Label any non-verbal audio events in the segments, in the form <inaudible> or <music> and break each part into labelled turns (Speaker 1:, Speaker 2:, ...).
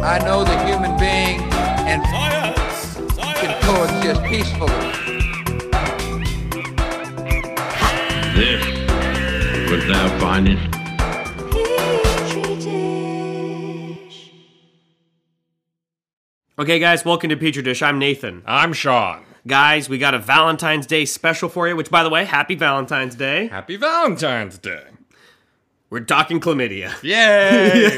Speaker 1: I know the human being and
Speaker 2: Science!
Speaker 1: can
Speaker 2: Science!
Speaker 1: coexist peacefully.
Speaker 3: This was thou findest.
Speaker 4: Okay, guys, welcome to Petri Dish. I'm Nathan.
Speaker 5: I'm Sean.
Speaker 4: Guys, we got a Valentine's Day special for you, which, by the way, happy Valentine's Day.
Speaker 5: Happy Valentine's Day.
Speaker 4: We're talking chlamydia. <laughs>
Speaker 5: Yay!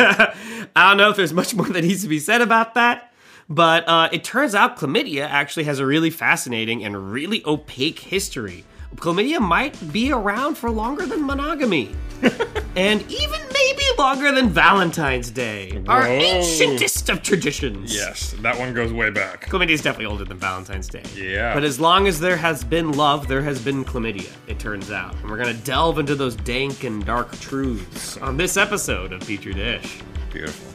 Speaker 4: I don't know if there's much more that needs to be said about that, but uh, it turns out chlamydia actually has a really fascinating and really opaque history. Chlamydia might be around for longer than
Speaker 5: <laughs>
Speaker 4: monogamy, and even maybe longer than Valentine's Day, our
Speaker 5: Whoa.
Speaker 4: ancientest of traditions.
Speaker 5: Yes, that one goes way back.
Speaker 4: Chlamydia is definitely older than Valentine's Day.
Speaker 5: Yeah.
Speaker 4: But as long as there has been love, there has been chlamydia, it turns out. And we're going to delve into those dank and dark truths on this episode of Petri Dish.
Speaker 5: Beautiful.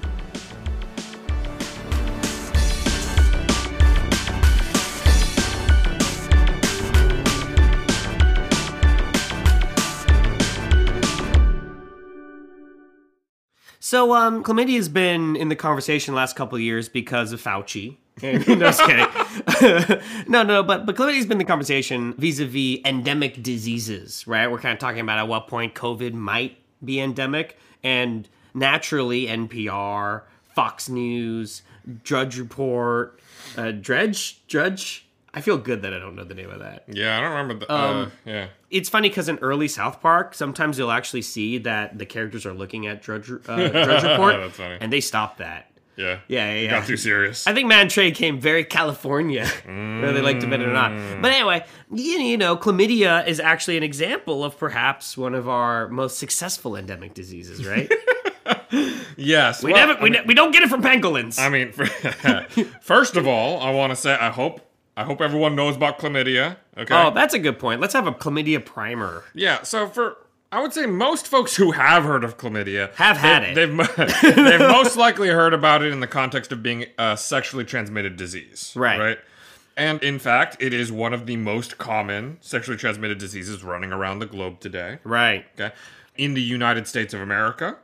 Speaker 4: So, um, chlamydia has been in the conversation the last couple of years because of Fauci. <laughs> no, just kidding. <laughs> no, no, but but chlamydia's been the conversation vis-a-vis endemic diseases, right? We're kind of talking about at what point COVID might be endemic, and naturally, NPR, Fox News, Drudge Report, uh, Dredge, Drudge. I feel good that I don't know the name of that
Speaker 5: Yeah, I don't remember the.
Speaker 6: Um,
Speaker 5: uh, yeah.
Speaker 4: it's funny because in early South Park, sometimes you'll actually see that the characters are looking at Drudge,
Speaker 5: <laughs>
Speaker 4: uh, Drudge Report,
Speaker 5: That's funny.
Speaker 4: and they stop that.
Speaker 5: Yeah.
Speaker 4: Yeah, yeah, yeah.
Speaker 5: Got too serious.
Speaker 4: I think Man Trey came very California, <laughs> whether they liked it or
Speaker 5: Mm.
Speaker 4: not. But anyway, you, you know, chlamydia is actually an example of perhaps one of our most successful endemic diseases,
Speaker 5: <laughs>
Speaker 4: right?
Speaker 5: yes.
Speaker 4: we
Speaker 5: well,
Speaker 4: never, we,
Speaker 5: I mean,
Speaker 4: ne- we don't get it from pangolins.
Speaker 5: I mean <laughs> first of all, I want to say I hope I hope everyone knows about chlamydia. Okay.
Speaker 4: oh, that's a good point. Let's have a chlamydia primer.
Speaker 5: Yeah, so for I would say most folks who have heard of chlamydia
Speaker 4: Have had
Speaker 5: they-
Speaker 4: it.
Speaker 5: They've, mo-
Speaker 4: <laughs>
Speaker 5: they've most likely heard about it in the context of being a sexually transmitted disease,
Speaker 4: Right.
Speaker 5: Right. And in fact, it is one of the most common sexually transmitted diseases running around the globe today.
Speaker 4: Right.
Speaker 5: Okay. In the United States of America,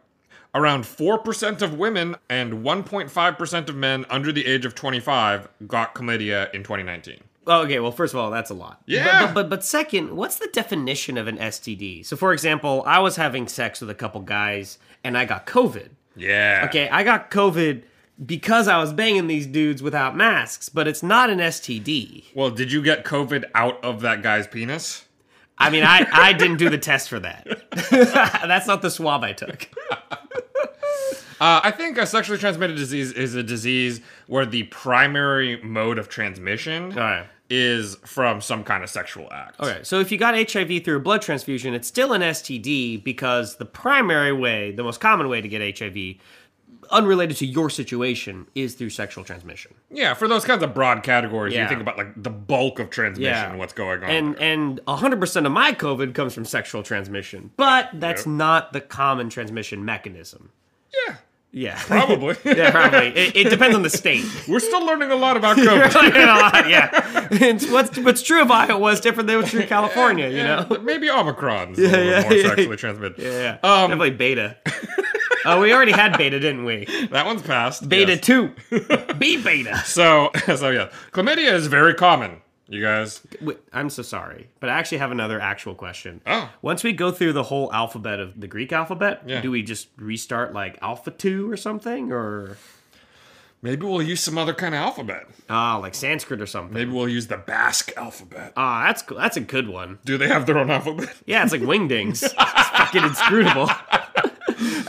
Speaker 5: around 4% of women and 1.5% of men under the age of 25 got chlamydia in 2019.
Speaker 4: Oh, Okay, well, first of all, that's a lot.
Speaker 5: Yeah.
Speaker 4: But, but, but second, what's the definition of an STD? So, for example, I was having sex with a couple guys and I got COVID.
Speaker 5: Yeah.
Speaker 4: Okay, I got COVID because I was banging these dudes without masks, but it's not an STD.
Speaker 5: Well, did you get COVID out of that guy's penis?
Speaker 4: I mean,
Speaker 5: <laughs>
Speaker 4: I, I didn't do the test for that. <laughs> that's not the swab I took.
Speaker 5: Uh, I think a sexually transmitted disease is a disease where the primary mode of transmission
Speaker 4: right.
Speaker 5: is from some kind of sexual act.
Speaker 4: Okay, so if you got HIV through a blood transfusion, it's still an STD because the primary way, the most common way to get HIV, unrelated to your situation, is through sexual transmission.
Speaker 5: Yeah, for those kinds of broad categories,
Speaker 4: Yeah.
Speaker 5: you think about like the bulk of transmission,
Speaker 4: Yeah.
Speaker 5: what's going on.
Speaker 4: and
Speaker 5: there.
Speaker 4: and 100% of my covid comes from sexual transmission but that's not the common transmission mechanism
Speaker 5: yeah,
Speaker 4: yeah
Speaker 5: probably.
Speaker 4: <laughs> yeah probably it, it depends on the state
Speaker 5: <laughs>
Speaker 4: <laughs>
Speaker 5: We're still learning a lot about COVID.
Speaker 4: Like, a lot, yeah it's what's what's true of iowa is different than what's true of california you know
Speaker 5: But Maybe Omicron's a
Speaker 4: <laughs>
Speaker 5: little
Speaker 4: yeah,
Speaker 5: more
Speaker 4: yeah.
Speaker 5: sexually
Speaker 4: <laughs>
Speaker 5: transmitted.
Speaker 4: yeah
Speaker 5: Um,
Speaker 4: definitely
Speaker 5: <laughs>
Speaker 4: beta oh we already had beta didn't we
Speaker 5: that one's passed.
Speaker 4: beta
Speaker 5: yes. <laughs>
Speaker 4: 2 b beta
Speaker 5: So, <laughs> so yeah, chlamydia is very common. You guys,
Speaker 4: Wait, I'm so sorry, but I actually have another actual question.
Speaker 5: Oh.
Speaker 4: Once we go through the whole alphabet of the Greek alphabet,
Speaker 5: Yeah.
Speaker 4: do we just restart like alpha 2 or something? Or,
Speaker 5: maybe we'll use some other kind of alphabet.
Speaker 4: ah, like Sanskrit or something?
Speaker 5: Maybe we'll use the Basque alphabet.
Speaker 4: Ah, that's cool. That's a good one.
Speaker 5: Do they have their own alphabet?
Speaker 4: Yeah, it's like
Speaker 5: <laughs>
Speaker 4: wingdings.
Speaker 5: Uh.
Speaker 4: it's fucking inscrutable.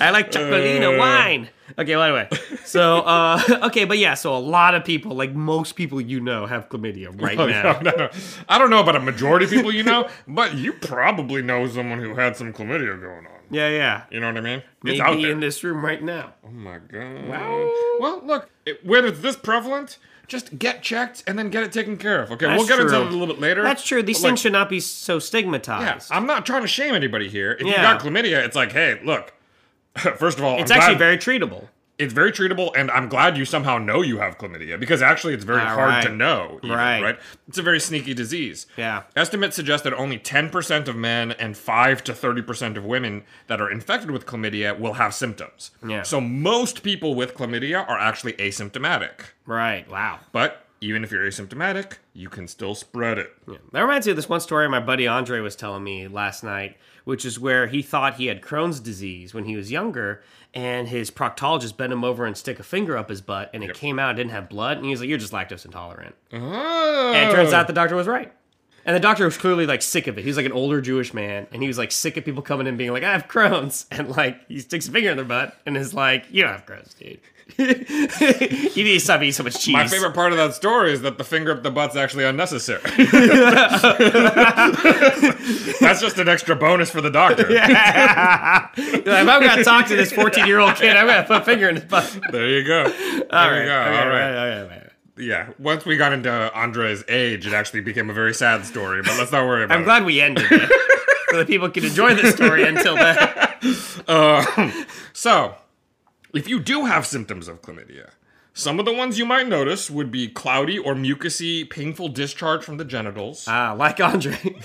Speaker 4: I like chocolina wine. Okay, well, anyway. So uh, <laughs> okay, but yeah, so a lot of people, like most people you know, have chlamydia right
Speaker 5: Oh,
Speaker 4: now.
Speaker 5: no, <laughs> no, no. I don't know about a majority of people you know, <laughs> but you probably know someone who had some chlamydia going on.
Speaker 4: Yeah, yeah.
Speaker 5: You know what I mean?
Speaker 4: Maybe
Speaker 5: it's out there.
Speaker 4: in this room right now.
Speaker 5: oh my god. Well, look, it, when it's this prevalent, just get checked and then get it taken care of. Okay,
Speaker 4: That's
Speaker 5: we'll get into
Speaker 4: true.
Speaker 5: it a little bit later.
Speaker 4: That's true. These
Speaker 5: but,
Speaker 4: things
Speaker 5: like,
Speaker 4: should not be so
Speaker 5: Yeah,
Speaker 4: stigmatized.
Speaker 5: I'm not trying to shame anybody here. If you
Speaker 4: Yeah.
Speaker 5: got chlamydia, it's like, hey, look. <laughs> First of all,
Speaker 4: it's
Speaker 5: I'm
Speaker 4: actually
Speaker 5: glad-
Speaker 4: very treatable.
Speaker 5: it's very treatable, and I'm glad you somehow know you have chlamydia because actually it's very
Speaker 4: Ah,
Speaker 5: hard to
Speaker 4: right.
Speaker 5: know. even,
Speaker 4: Right.
Speaker 5: right. It's a very sneaky disease.
Speaker 4: Yeah.
Speaker 5: Estimates suggest that only 10% of men and 5 to 30% of women that are infected with chlamydia will have symptoms.
Speaker 4: Yeah.
Speaker 5: So most people with chlamydia are actually asymptomatic.
Speaker 4: Right. Wow.
Speaker 5: But even if you're asymptomatic, you can still spread it.
Speaker 4: That reminds me of this one story my buddy Andre was telling me last night, which is where he thought he had Crohn's disease when he was younger, and his proctologist bent him over and stick a finger up his butt, and it came out, it didn't have blood, and he was like, "You're just lactose intolerant."
Speaker 5: Oh.
Speaker 4: And it turns out the doctor was right. And the doctor was clearly like sick of it. He was like an older Jewish man, and he was like sick of people coming in being like, "I have Crohn's," <laughs> and like he sticks a finger in their butt and is like, "You don't have Crohn's, dude. <laughs> you need to stop eating so much cheese." <laughs>
Speaker 5: My favorite part of that story is that the finger up the butt's actually unnecessary. That's just an extra bonus for the doctor.
Speaker 4: if I'm gonna talk to this 14 year old kid, I'm gonna put a finger in his butt.
Speaker 5: There you go. There you go. All right. Yeah. Once we got into Andre's age, it actually became a very sad story, but let's not worry about
Speaker 4: I'm
Speaker 5: it.
Speaker 4: glad we ended it <laughs> so that people can enjoy this story until then. <laughs>
Speaker 5: So, if you do have symptoms of chlamydia, some of the ones you might notice would be cloudy or mucousy, painful discharge from the genitals,
Speaker 4: Ah, like Andre <laughs>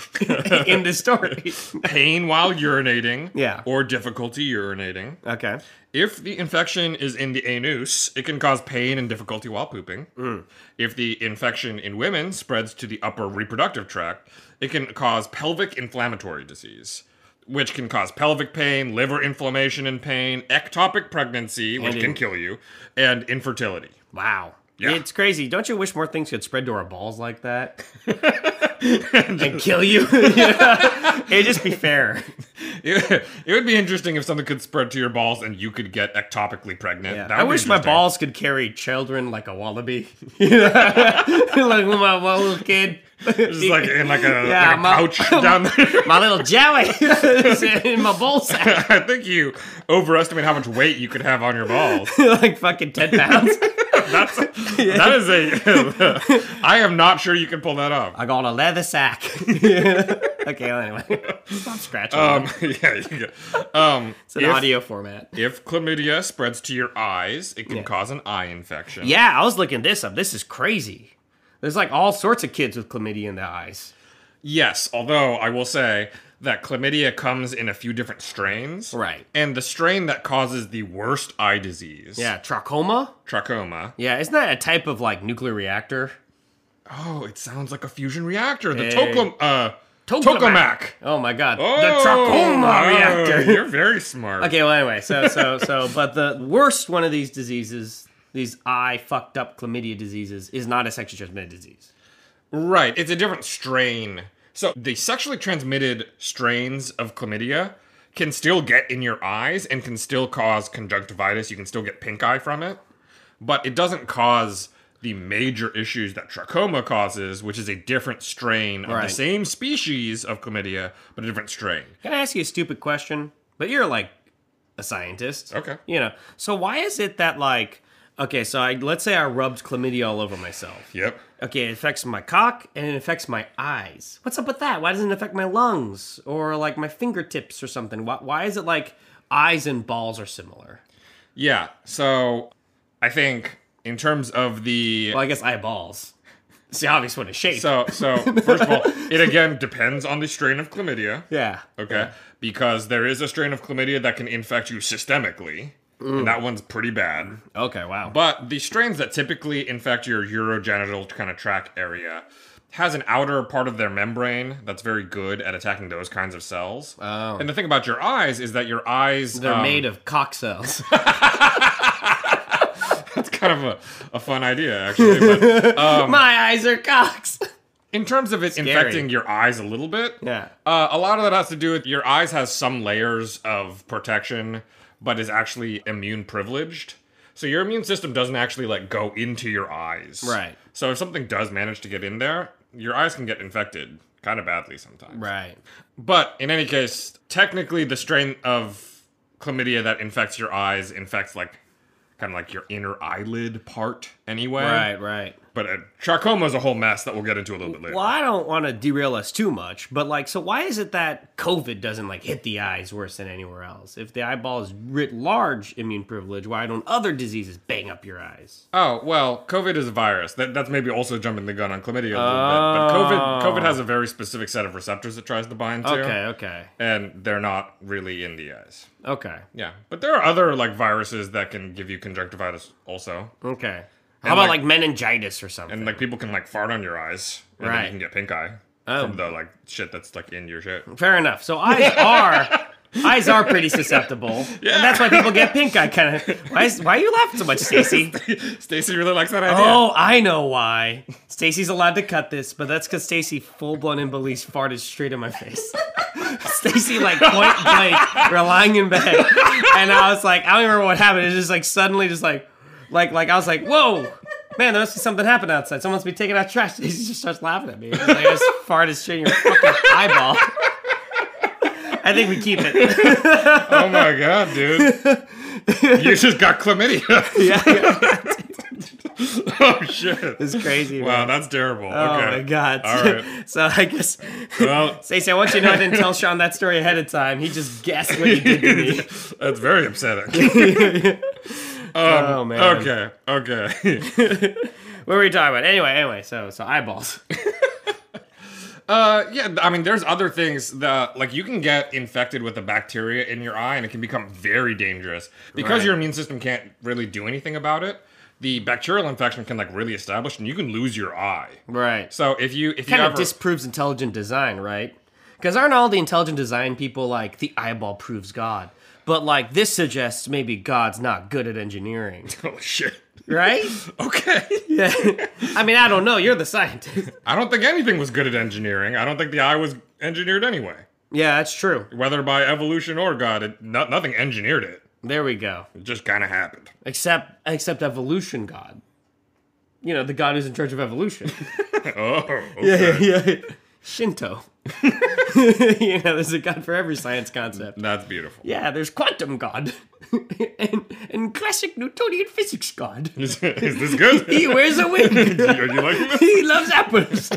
Speaker 4: in this story. <laughs>
Speaker 5: pain while urinating,
Speaker 4: Yeah.
Speaker 5: or difficulty urinating.
Speaker 4: Okay.
Speaker 5: If the infection is in the anus, it can cause pain and difficulty while pooping.
Speaker 4: Mm.
Speaker 5: If the infection in women spreads to the upper reproductive tract, it can cause pelvic inflammatory disease, which can cause pelvic pain, liver inflammation and pain, ectopic pregnancy, which
Speaker 4: And in-
Speaker 5: can kill you, and infertility. <laughs>
Speaker 4: Wow.
Speaker 5: Yeah.
Speaker 4: It's crazy. Don't you wish more things could spread to our balls like
Speaker 5: <laughs>
Speaker 4: that? and kill you? <laughs> It'd just be fair.
Speaker 5: It, it would be interesting if something could spread to your balls and you could get ectopically pregnant. <laughs> That
Speaker 4: I
Speaker 5: would be
Speaker 4: wish my
Speaker 5: interesting.
Speaker 4: balls could carry children like a wallaby. <laughs> like when my, my little kid.
Speaker 5: Just like in like a,
Speaker 4: <laughs> Yeah,
Speaker 5: like a
Speaker 4: my-
Speaker 5: pouch down there.
Speaker 4: My little Joey is in my ballsack,
Speaker 5: <laughs> I think you overestimate how much weight you could have on your balls.
Speaker 4: <laughs> like fucking ten pounds.
Speaker 5: That's that is a. <laughs> I am not sure you can pull that off.
Speaker 4: I got a leather sack. <laughs> okay, well, anyway, stop scratching.
Speaker 5: Um, <laughs> yeah, you go. Um,
Speaker 4: it's an
Speaker 5: if,
Speaker 4: audio format.
Speaker 5: if chlamydia spreads to your eyes, it can cause an eye infection.
Speaker 4: Yeah, I was looking this up. This is crazy. There's like all sorts of kids with chlamydia in their eyes.
Speaker 5: Yes, although I will say that chlamydia comes in a few different strains.
Speaker 4: Right.
Speaker 5: And the strain that causes the worst eye disease.
Speaker 4: Yeah, trachoma.
Speaker 5: Trachoma.
Speaker 4: Yeah, isn't that a type of like nuclear reactor?
Speaker 5: Oh, it sounds like a fusion reactor. The
Speaker 4: Hey.
Speaker 5: toclam. Uh,
Speaker 4: Tokamak.
Speaker 5: tokamak.
Speaker 4: Oh my god,
Speaker 5: Oh,
Speaker 4: the trachoma
Speaker 5: oh,
Speaker 4: reactor. <laughs>
Speaker 5: <laughs> You're very smart.
Speaker 4: Okay, well, anyway, so so so, but the worst one of these diseases, these eye fucked up chlamydia diseases, is not a sexually transmitted disease.
Speaker 5: Right. It's a different strain. So the sexually transmitted strains of chlamydia can still get in your eyes and can still cause conjunctivitis. You can still get pink eye from it, but it doesn't cause the major issues that trachoma causes, which is a different strain of
Speaker 4: Right.
Speaker 5: the same species of chlamydia, but a different strain.
Speaker 4: Can I ask you a stupid question? But you're like a scientist,
Speaker 5: Okay.
Speaker 4: You know, so why is it that like, okay, so I, let's say I rubbed chlamydia all over myself.
Speaker 5: Yep.
Speaker 4: Okay, it affects my cock and it affects my eyes. What's up with that? Why doesn't it affect my lungs or like my fingertips or something? Why, why is it like eyes and balls are similar?
Speaker 5: Yeah. So I think in terms of the
Speaker 4: Well, I guess eyeballs. It's the obvious one to shape.
Speaker 5: so so first of all, it again depends on the strain of chlamydia.
Speaker 4: yeah.
Speaker 5: Okay. Because there is a strain of chlamydia that can infect you systemically. And that one's pretty bad.
Speaker 4: Okay, wow.
Speaker 5: But the strains that typically infect your urogenital kind of tract area has an outer part of their membrane that's very good at attacking those kinds of cells. Oh. And the thing about your eyes is that your eyes
Speaker 4: They're
Speaker 5: um,
Speaker 4: made of cock cells.
Speaker 5: <laughs>
Speaker 4: <laughs>
Speaker 5: That's kind of a, a fun idea, actually. But
Speaker 4: My eyes are cocks. <laughs>
Speaker 5: in terms of it infecting your eyes a little bit,
Speaker 4: Yeah.
Speaker 5: Uh, a lot of that has to do with your eyes has some layers of protection, but is actually immune privileged. So your immune system doesn't actually like go into your eyes.
Speaker 4: Right.
Speaker 5: So if something does manage to get in there, your eyes can get infected kind of badly sometimes.
Speaker 4: Right.
Speaker 5: But in any case, technically the strain of chlamydia that infects your eyes infects like kind of like your inner eyelid part anyway.
Speaker 4: Right, right.
Speaker 5: But uh, sarcoma is a whole mess that we'll get into a little bit later.
Speaker 4: Well, I don't want to derail us too much, but like, so why is it that COVID doesn't like hit the eyes worse than anywhere else? If the eyeball is writ large immune privilege, why don't other diseases bang up your eyes?
Speaker 5: Oh well, COVID is a virus. That, that's maybe also jumping the gun on chlamydia a little bit. But COVID, COVID has a very specific set of receptors it tries to bind to.
Speaker 4: Oh. Okay, okay,
Speaker 5: And they're not really in the eyes.
Speaker 4: okay,
Speaker 5: Yeah, but there are other like viruses that can give you conjunctivitis also,
Speaker 4: okay. How about
Speaker 5: like-
Speaker 4: like, meningitis or something?
Speaker 5: and like people can like fart on your eyes, and then
Speaker 4: Right. Oh.
Speaker 5: you can get pink eye from the like shit that's like in your shit. <laughs>
Speaker 4: Fair enough. So eyes are. Eyes are pretty susceptible. And that's why people get pink eye kind of. Why, is, why are you laughing so much, Stacy?
Speaker 5: Stacy really likes that idea.
Speaker 4: Oh, I know why. Stacy's allowed to cut this, but that's because Stacy full blown in Belize farted straight in my face. <laughs> Stacy like point blank, we're lying in bed, and I was like, I don't remember what happened. It's just like suddenly, just like, like, like I was like, whoa. Man, there must be something happened outside. Someone must be taking out trash. Stacy just starts laughing at me. It's like, I just farted straight in your fucking eyeball. I think we keep it. <laughs>
Speaker 5: oh my god, dude! you just got chlamydia.
Speaker 4: Yeah,
Speaker 5: <laughs> oh shit!
Speaker 4: it's crazy.
Speaker 5: Wow,
Speaker 4: man.
Speaker 5: that's terrible.
Speaker 4: Oh
Speaker 5: okay.
Speaker 4: my god.
Speaker 5: All
Speaker 4: <laughs>
Speaker 5: right.
Speaker 4: so I guess
Speaker 5: Well,
Speaker 4: Stacey, I want you to know I didn't tell Sean that story ahead of time. He just guessed what you did to me.
Speaker 5: That's very upsetting.
Speaker 4: <laughs> oh man.
Speaker 5: <laughs> okay, okay.
Speaker 4: <laughs> What were we talking about? Anyway, anyway, so so <laughs> eyeballs.
Speaker 5: Uh, yeah, I mean, there's other things that like you can get infected with the bacteria in your eye, and it can become very dangerous because
Speaker 4: Right.
Speaker 5: your immune system can't really do anything about it. The bacterial infection can like really establish, and you can lose your eye.
Speaker 4: Right.
Speaker 5: So if you if
Speaker 4: kind
Speaker 5: you
Speaker 4: of
Speaker 5: ever <laughs>
Speaker 4: disproves intelligent design, right? Because aren't all the intelligent design people like the eyeball proves God? But like this suggests maybe God's not good at <laughs> engineering,
Speaker 5: oh shit, <laughs>
Speaker 4: right?
Speaker 5: okay,
Speaker 4: yeah. I mean, I don't know. You're the scientist.
Speaker 5: I don't think anything was good at engineering. I don't think the eye was engineered anyway,
Speaker 4: <laughs> yeah, that's true.
Speaker 5: whether by evolution or God. It, no, nothing engineered it.
Speaker 4: There we go.
Speaker 5: It just kind of happened. <laughs>
Speaker 4: Except except evolution God. You know, the God who's in charge of evolution.
Speaker 5: Oh, okay. <laughs>
Speaker 4: yeah. Shinto. <laughs> you know, there's a god for every science concept.
Speaker 5: that's beautiful.
Speaker 4: Yeah, there's quantum god <laughs> and, and classic Newtonian physics god.
Speaker 5: <laughs> Is, is this good?
Speaker 4: <laughs> He
Speaker 5: <laughs>
Speaker 4: wears a wig.
Speaker 5: Are you liking
Speaker 4: <laughs>
Speaker 5: this?
Speaker 4: He loves apples.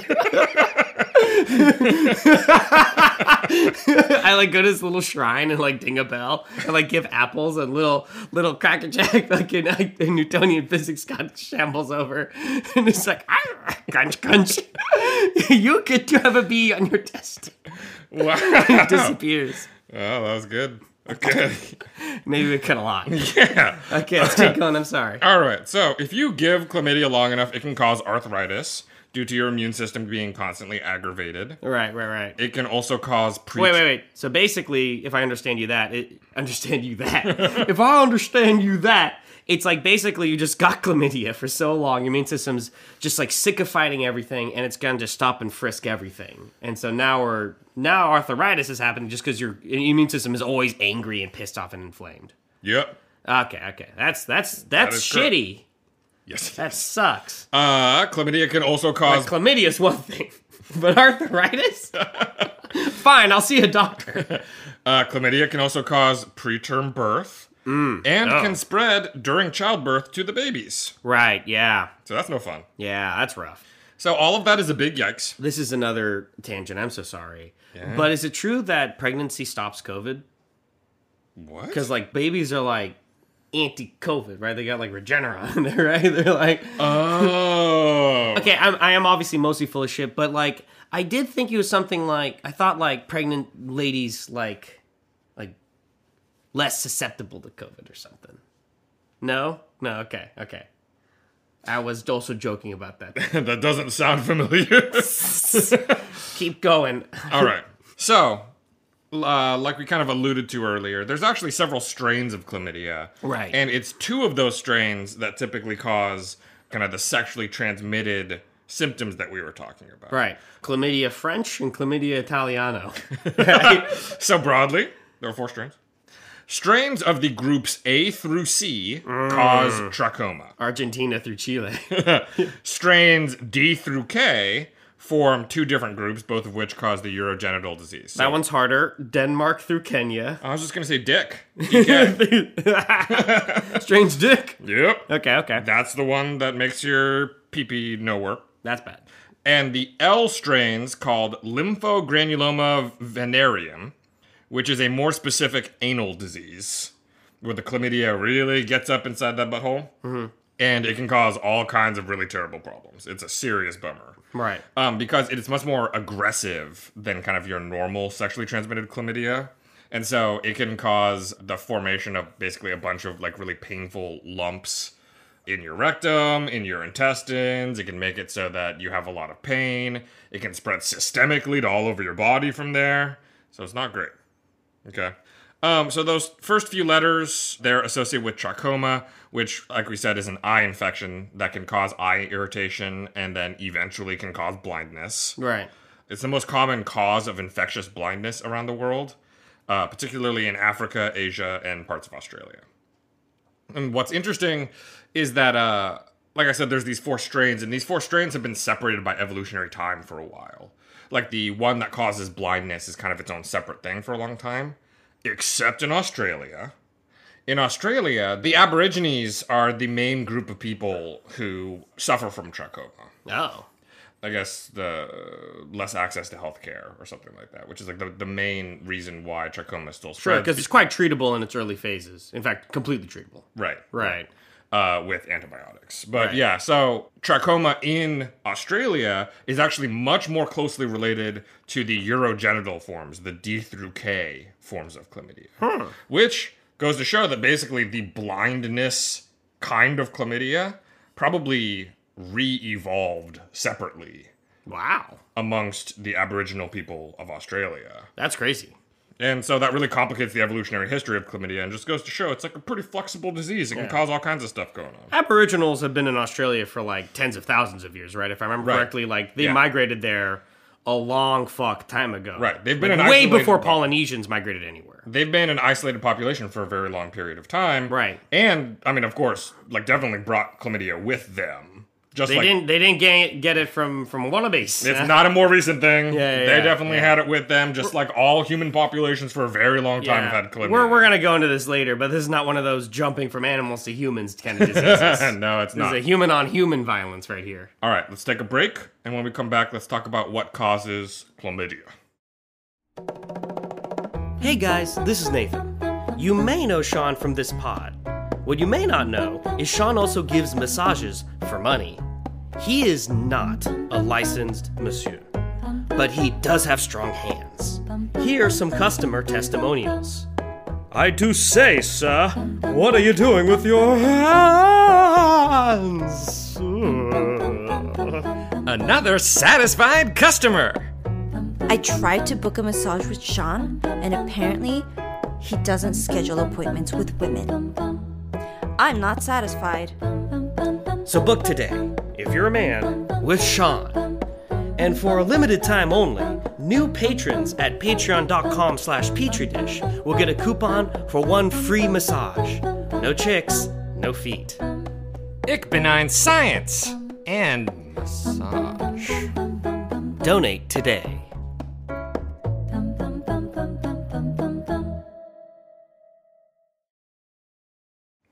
Speaker 4: <laughs> I like go to this little shrine and like ding a bell and like give apples and little little crackerjack fucking <laughs> like the Newtonian physics god shambles over <laughs> and it's like "Ah, crunch crunch. <laughs> you get to have a bee on your test. <laughs>
Speaker 5: Wow.
Speaker 4: It disappears.
Speaker 5: <laughs> Oh, that was good. Okay. <laughs>
Speaker 4: Maybe we cut a lot.
Speaker 5: yeah.
Speaker 4: Okay, let's keep going. I'm sorry.
Speaker 5: All right. So, if you give chlamydia long enough, it can cause arthritis due to your immune system being constantly aggravated.
Speaker 4: Right, right, right.
Speaker 5: It can also cause pre.
Speaker 4: Wait, wait, wait. So basically, if I understand you that, it, <laughs> understand you that. if I understand you that, it's like basically you just got chlamydia for so long. Your immune system's just like sycophanting everything, and it's gonna just stop and frisk everything. And so now we're now arthritis is happening just because your immune system is always angry and pissed off and inflamed.
Speaker 5: Yep.
Speaker 4: Okay, okay. That's that's that's
Speaker 5: is correct.
Speaker 4: shitty.
Speaker 5: Yes.
Speaker 4: That sucks.
Speaker 5: Uh, chlamydia can also cause.
Speaker 4: Chlamydia is one thing, <laughs> but arthritis. Fine, I'll see a doctor.
Speaker 5: Uh, chlamydia can also cause preterm birth.
Speaker 4: Mm,
Speaker 5: And can spread during childbirth to the babies.
Speaker 4: Right? Yeah.
Speaker 5: So that's no fun.
Speaker 4: Yeah, that's rough.
Speaker 5: So all of that is a big yikes.
Speaker 4: This is another tangent. I'm so sorry. But is it true that pregnancy stops COVID?
Speaker 5: What?
Speaker 4: Because like babies are like anti-COVID, right? They got like Regeneron, <laughs> right? They're like,
Speaker 5: Oh.
Speaker 4: okay, I'm, I am obviously mostly full of shit, but like I did think it was something like I thought like pregnant ladies like like less susceptible to COVID or something. No, no, okay, okay. I was also joking about that.
Speaker 5: <laughs> that doesn't sound familiar. <laughs>
Speaker 4: Keep going. <laughs>
Speaker 5: All right. So, uh, like we kind of alluded to earlier, there's actually several strains of chlamydia.
Speaker 4: Right.
Speaker 5: And it's two of those strains that typically cause kind of the sexually transmitted symptoms that we were talking about.
Speaker 4: Right. Chlamydia
Speaker 5: <laughs>
Speaker 4: French and chlamydia Italiano.
Speaker 5: So, broadly, there are four strains. Strains of the groups A through C cause trachoma.
Speaker 4: Argentina through Chile.
Speaker 5: Strains D through K form two different groups, both of which cause the urogenital disease. So-
Speaker 4: that one's harder. Denmark through Kenya.
Speaker 5: <laughs> I was just gonna say dick. DK.
Speaker 4: Strange dick.
Speaker 5: yep.
Speaker 4: Okay, okay.
Speaker 5: That's the one that makes your pee pee no work.
Speaker 4: That's bad.
Speaker 5: And the L strains called lymphogranuloma venereum, which is a more specific anal disease where the chlamydia really gets up inside that butthole. And it can cause all kinds of really terrible problems. It's a serious bummer.
Speaker 4: Right.
Speaker 5: Um, because it is much more aggressive than kind of your normal sexually transmitted chlamydia. And so it can cause the formation of basically a bunch of like really painful lumps in your rectum, in your intestines. It can make it so that you have a lot of pain. It can spread systemically to all over your body from there. So it's not great. Okay. Um, so those first few letters, they're associated with trachoma, which, like we said, is an eye infection that can cause eye irritation and then eventually can cause blindness.
Speaker 4: Right.
Speaker 5: It's the most common cause of infectious blindness around the world, uh, particularly in Africa, Asia, and parts of Australia. And what's interesting is that, uh, like I said, there's these four strains, and these four strains have been separated by evolutionary time for a while. Like the one that causes blindness is kind of its own separate thing for a long time, except in Australia. In Australia, the Aborigines are the main group of people who suffer from trachoma.
Speaker 4: Oh.
Speaker 5: I guess the uh, less access to healthcare or something like that, which is like the, the main reason why trachoma still
Speaker 4: Sure,
Speaker 5: spreads.
Speaker 4: because it's quite treatable in its early phases. In fact, completely treatable.
Speaker 5: right,
Speaker 4: Right.
Speaker 5: uh, with antibiotics. But
Speaker 4: Right.
Speaker 5: yeah, so trachoma in Australia is actually much more closely related to the urogenital forms, the D through K forms of chlamydia, which goes to show that basically the blindness kind of chlamydia probably re-evolved separately
Speaker 4: Wow.
Speaker 5: amongst the Aboriginal people of Australia.
Speaker 4: That's crazy.
Speaker 5: And so that really complicates the evolutionary history of chlamydia and just goes to show it's like a pretty flexible disease. It can cause all kinds of stuff going on.
Speaker 4: Aboriginals have been in Australia for like tens of thousands of years, right? If I remember
Speaker 5: Right.
Speaker 4: correctly, like they
Speaker 5: Yeah.
Speaker 4: migrated there a long fuck time ago.
Speaker 5: Right, they've been
Speaker 4: Like,
Speaker 5: an
Speaker 4: way
Speaker 5: isolated
Speaker 4: before
Speaker 5: po-
Speaker 4: Polynesians migrated anywhere.
Speaker 5: They've been an isolated population for a very long period of time.
Speaker 4: Right.
Speaker 5: And I mean, of course, like definitely brought chlamydia with them. Just
Speaker 4: They
Speaker 5: like
Speaker 4: didn't. They didn't get it, get it from from wannabes. <laughs>
Speaker 5: it's not a more recent thing.
Speaker 4: Yeah, yeah,
Speaker 5: they
Speaker 4: yeah,
Speaker 5: definitely had it with them, just like all human populations for a very long time have had chlamydia.
Speaker 4: We're we're gonna go into this later, but this is not one of those jumping from animals to humans
Speaker 5: <laughs>
Speaker 4: kind of diseases.
Speaker 5: no, it's
Speaker 4: This
Speaker 5: not.
Speaker 4: is a human on human violence right here.
Speaker 5: All right, let's take a break, and when we come back, let's talk about what causes chlamydia.
Speaker 4: Hey guys, this is Nathan. You may know Sean from this pod. What you may not know is Sean also gives massages for money. He is not a licensed masseuse, but he does have strong hands. Here are some customer testimonials. I do say, sir, what are you doing with your hands?
Speaker 1: Another satisfied customer.
Speaker 7: I tried to book a massage with Sean, and apparently, he doesn't schedule appointments with women. I'm not satisfied.
Speaker 8: So book today, if you're a man, with Sean. And for a limited time only, new patrons at patreon.com slash petridish will get a coupon for one free massage. No chicks, no feet.
Speaker 1: Ich benign science and massage.
Speaker 8: Donate today.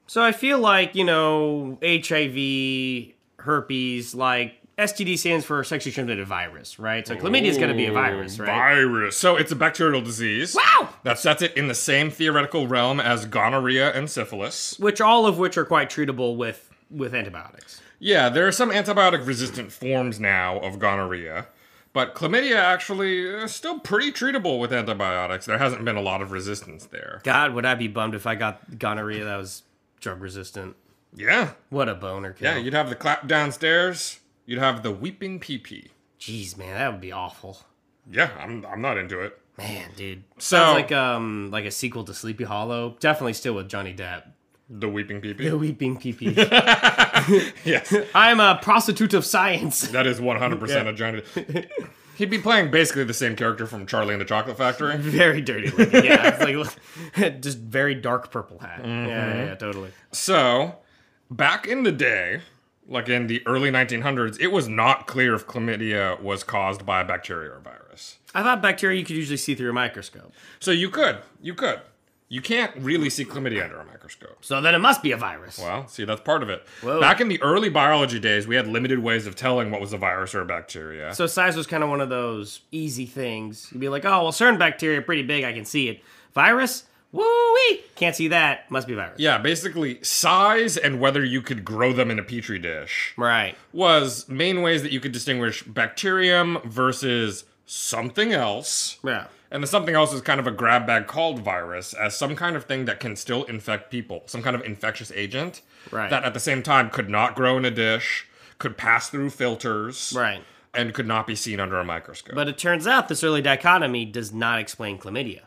Speaker 4: So I feel like, you know, HIV, herpes, like STD stands for sexually transmitted virus, right? So chlamydia is going to be a virus, right?
Speaker 5: Virus. So it's a bacterial disease.
Speaker 4: Wow!
Speaker 5: That sets it in the same theoretical realm as gonorrhea and syphilis.
Speaker 4: Which all of which are quite treatable with with antibiotics.
Speaker 5: Yeah, there are some antibiotic resistant forms now of gonorrhea, but chlamydia actually is still pretty treatable with antibiotics. There hasn't been a lot of resistance there.
Speaker 4: God, would I be bummed if I got gonorrhea that was drug resistant?
Speaker 5: Yeah.
Speaker 4: What a boner kill.
Speaker 5: Yeah, you'd have the clap downstairs, you'd have the weeping pee pee.
Speaker 4: Jeez, man, that would be awful.
Speaker 5: Yeah, I'm, I'm not into it.
Speaker 4: Man, dude.
Speaker 5: So-
Speaker 4: Sounds like um like a sequel to Sleepy Hollow. Definitely still with Johnny Depp. <laughs>
Speaker 5: The weeping pee
Speaker 4: The
Speaker 5: <laughs> pee.
Speaker 4: weeping pee pee. <laughs>
Speaker 5: Yes.
Speaker 4: I'm a prostitute of science. <laughs>
Speaker 5: That is 100% a Johnny. He'd be playing basically the same character from Charlie and the Chocolate Factory.
Speaker 4: <laughs> Very dirty looking. Yeah, it's like <laughs> just very dark purple hat. Yeah, yeah, yeah, totally.
Speaker 5: So, back in the day, like in the early 1900s, it was not clear if chlamydia was caused by a bacteria or virus.
Speaker 4: I thought bacteria you could usually see through a microscope.
Speaker 5: So you could, you could. You can't really see chlamydia under a microscope.
Speaker 4: So then it must be a virus.
Speaker 5: Well, see, that's part of it. Back in the early biology days, we had limited ways of telling what was a virus or a bacteria.
Speaker 4: So size was kind of one of those easy things. You'd be like, oh, well, certain bacteria are pretty big. I can see it. Virus? Woo wee! Can't see that. Must be virus.
Speaker 5: yeah, basically, size and whether you could grow them in a petri dish
Speaker 4: Right.
Speaker 5: was main ways that you could distinguish bacterium versus something else.
Speaker 4: Yeah.
Speaker 5: And the something else is kind of a grab bag called virus as some kind of thing that can still infect people, some kind of infectious agent
Speaker 4: Right.
Speaker 5: that at the same time could not grow in a dish, could pass through filters,
Speaker 4: Right.
Speaker 5: and could not be seen under a microscope.
Speaker 4: But it turns out this early dichotomy does not explain chlamydia.